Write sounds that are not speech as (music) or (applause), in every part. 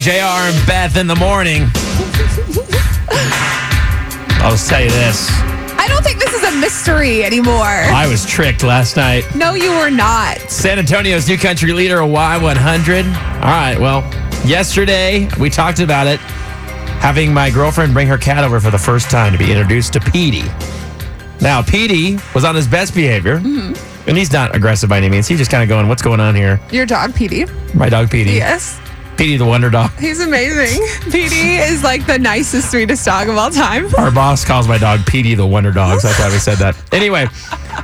JR and Beth in the morning. I'll just tell you this. I don't think this is a mystery anymore. I was tricked last night. No, you were not. San Antonio's new country leader, Y100. All right, well, yesterday we talked about it, having my girlfriend bring her cat over for the first time to be introduced to Petey. Now, Petey was on his best behavior, and he's not aggressive by any means. He's just kind of going, What's going on here? Your dog, Petey. My dog, Petey. Yes. Petey the Wonder Dog. He's (laughs) amazing. Petey is like the nicest, sweetest dog of all time. Our boss calls my dog Petey the Wonder Dog, so that's why we said that. Anyway,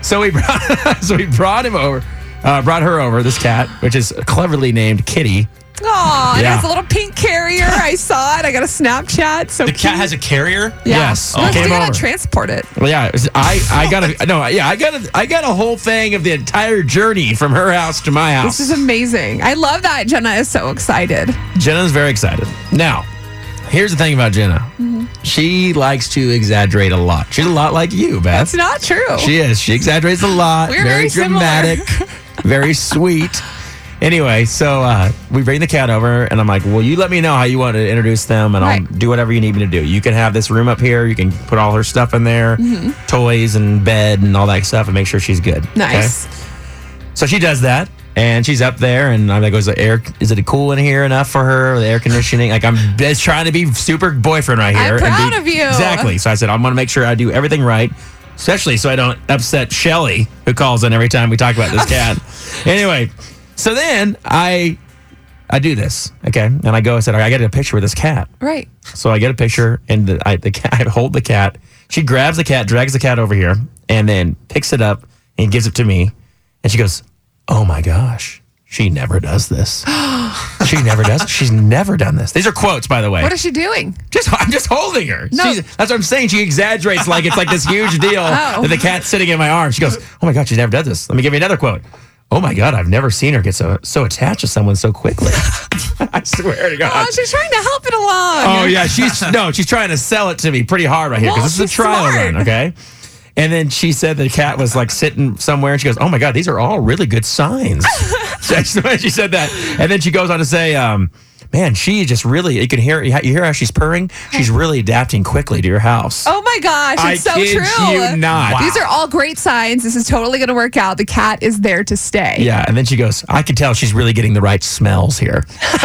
so we brought, (laughs) so we brought him over, uh, brought her over this cat, which is cleverly named Kitty. Aw, it Yeah. has a little (laughs) pink carrier. I saw it. I got a Snapchat. So The cute. cat has a carrier? Yeah. Yes. Let's Okay. do Came gotta over. transport it. Well, yeah, it was- I I got (laughs) a no, yeah, I got a I got a whole thing of the entire journey from her house to my house. This is amazing. I love that. Jenna is so excited. Jenna's very excited. Now, here's the thing about Jenna. Mm-hmm. She likes to exaggerate a lot. She's a lot like you, Beth. It's not true. She is. She exaggerates a lot. We're very similar. dramatic. very (laughs) sweet. Anyway, so uh, we bring the cat over, and I'm like, "Well, you let me know how you want to introduce them, and I'll Right. do whatever you need me to do. You can have this room up here. You can put all her stuff in there, Mm-hmm. toys and bed and all that stuff, and make sure she's good." okay? nice. So she does that, and she's up there, and I'm like, "Is the air? Is it cool in here enough for her? The air conditioning? Like, I'm (laughs) just trying to be super boyfriend right here. I'm and proud be- of you. Exactly. So I said, I'm going to make sure I do everything right, especially so I don't upset Shelly, who calls in every time we talk about this (laughs) cat. anyway, so then I, I do this, okay, and I go. I said, "All right, I got to get a picture with this cat. Right. So I get a picture, and the, I, the cat, (laughs) I hold the cat. She grabs the cat, drags the cat over here, and then picks it up and gives it to me. And she goes, "Oh my gosh, she never does (gasps) this. she never does. She's never done this." These are quotes, by the way. What is she doing? just I'm just holding her. No. She's- that's what I'm saying. She exaggerates like it's like this huge (laughs) deal Oh. that the cat's sitting in my arm. She goes, "Oh my god, she's never done this." Let me give you another quote. Oh my god, I've never seen her get so so attached to someone so quickly. (laughs) I swear to God. Oh, she's trying to help it along. Uh, (laughs) Oh (laughs) yeah, she's no, she's trying to sell it to me pretty hard right here because Well, this is a she's trial smart. run, okay? And then she said the cat was like sitting somewhere, and she goes, "Oh my god, these are all really good (laughs) signs." (laughs) so that's the way she said that, and then she goes on to say, um, "Man, she just really you can hear you hear how she's purring. She's really adapting quickly to your house." Oh my gosh, I it's so kid true. you not. Wow. These are all great signs. This is totally going to work out. The cat is there to stay. Yeah, and then she goes, I can tell she's really getting the right smells here. (laughs)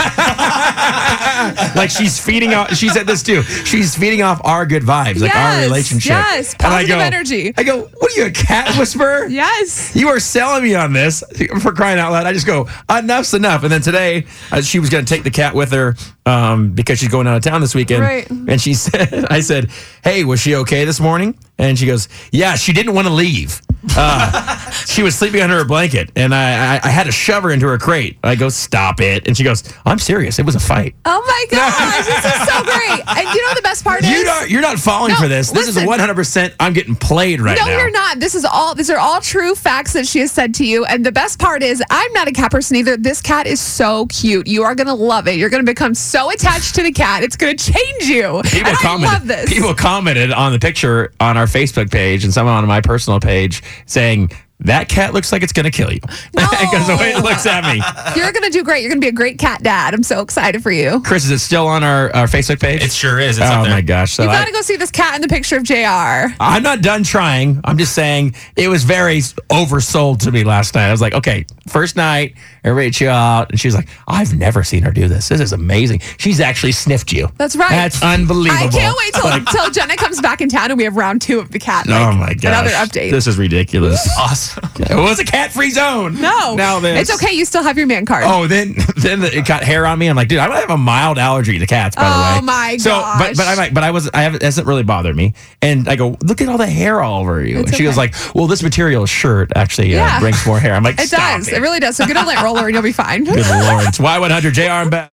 like she's feeding off, she said this too. She's feeding off our good vibes, like our Yes, relationship. yes, And I positive go- energy. I go, What are you, a cat (laughs) whisperer? Yes. You are selling me on this for crying out loud. I just go, enough's enough. And then today, uh, she was going to take the cat with her um, because she's going out of town this weekend. Right. And she (laughs) said, I said, hey, was she okay this morning? And she goes, yeah, she didn't want to leave. Uh, (laughs) she was sleeping under her blanket, and I, I, I had to shove her into her crate. I go, stop it. And she goes, I'm serious. It was a fight. Oh (laughs) my gosh, this is so great. And you know the best part You is don't, you're not falling No, for this. This listen. is 100% I'm getting played right no, now. you're not. This is all. These are all true facts that she has said to you. And the best part is, I'm not a cat person either. This cat is so cute. You are gonna love it. You're gonna become so attached to the cat. It's gonna change you. People and commented, I love this. People commented on the picture on our Facebook page and someone on my personal page saying, that cat looks like it's going to kill you. (laughs) Because the way it looks at me. You're gonna do great. You're gonna be a great cat dad. I'm so excited for you. Chris, is it still on our, our Facebook page? It sure is. It's oh up there. my gosh. So You I, gotta go see this cat in the picture of Jr. I'm not done trying. I'm just saying it was very oversold to me last night. I was like, okay, first night, everybody chill out. And she was like, I've never seen her do this. This is amazing. She's actually sniffed you. That's right. That's unbelievable. I can't wait till, till Jenna comes back in town and we have round two of the cat. Oh like, my gosh. Another update. This is ridiculous. Awesome. (laughs) It was a cat free zone. no, Now this. it's okay. You still have your man card. Oh, then (laughs) then it got hair on me. I'm like, dude, I might have a mild allergy to cats. By the Oh, way. my So, but gosh. but I like, but I was I haven't it hasn't really bothered me. And I go, look at all the hair all over you. It's and she was okay. like, well, this material shirt actually uh, Yeah. brings more hair. I'm like, (laughs) it stop does. It. It really does. So get on that roller and you'll be fine. Good Lawrence, Y100 JR and back.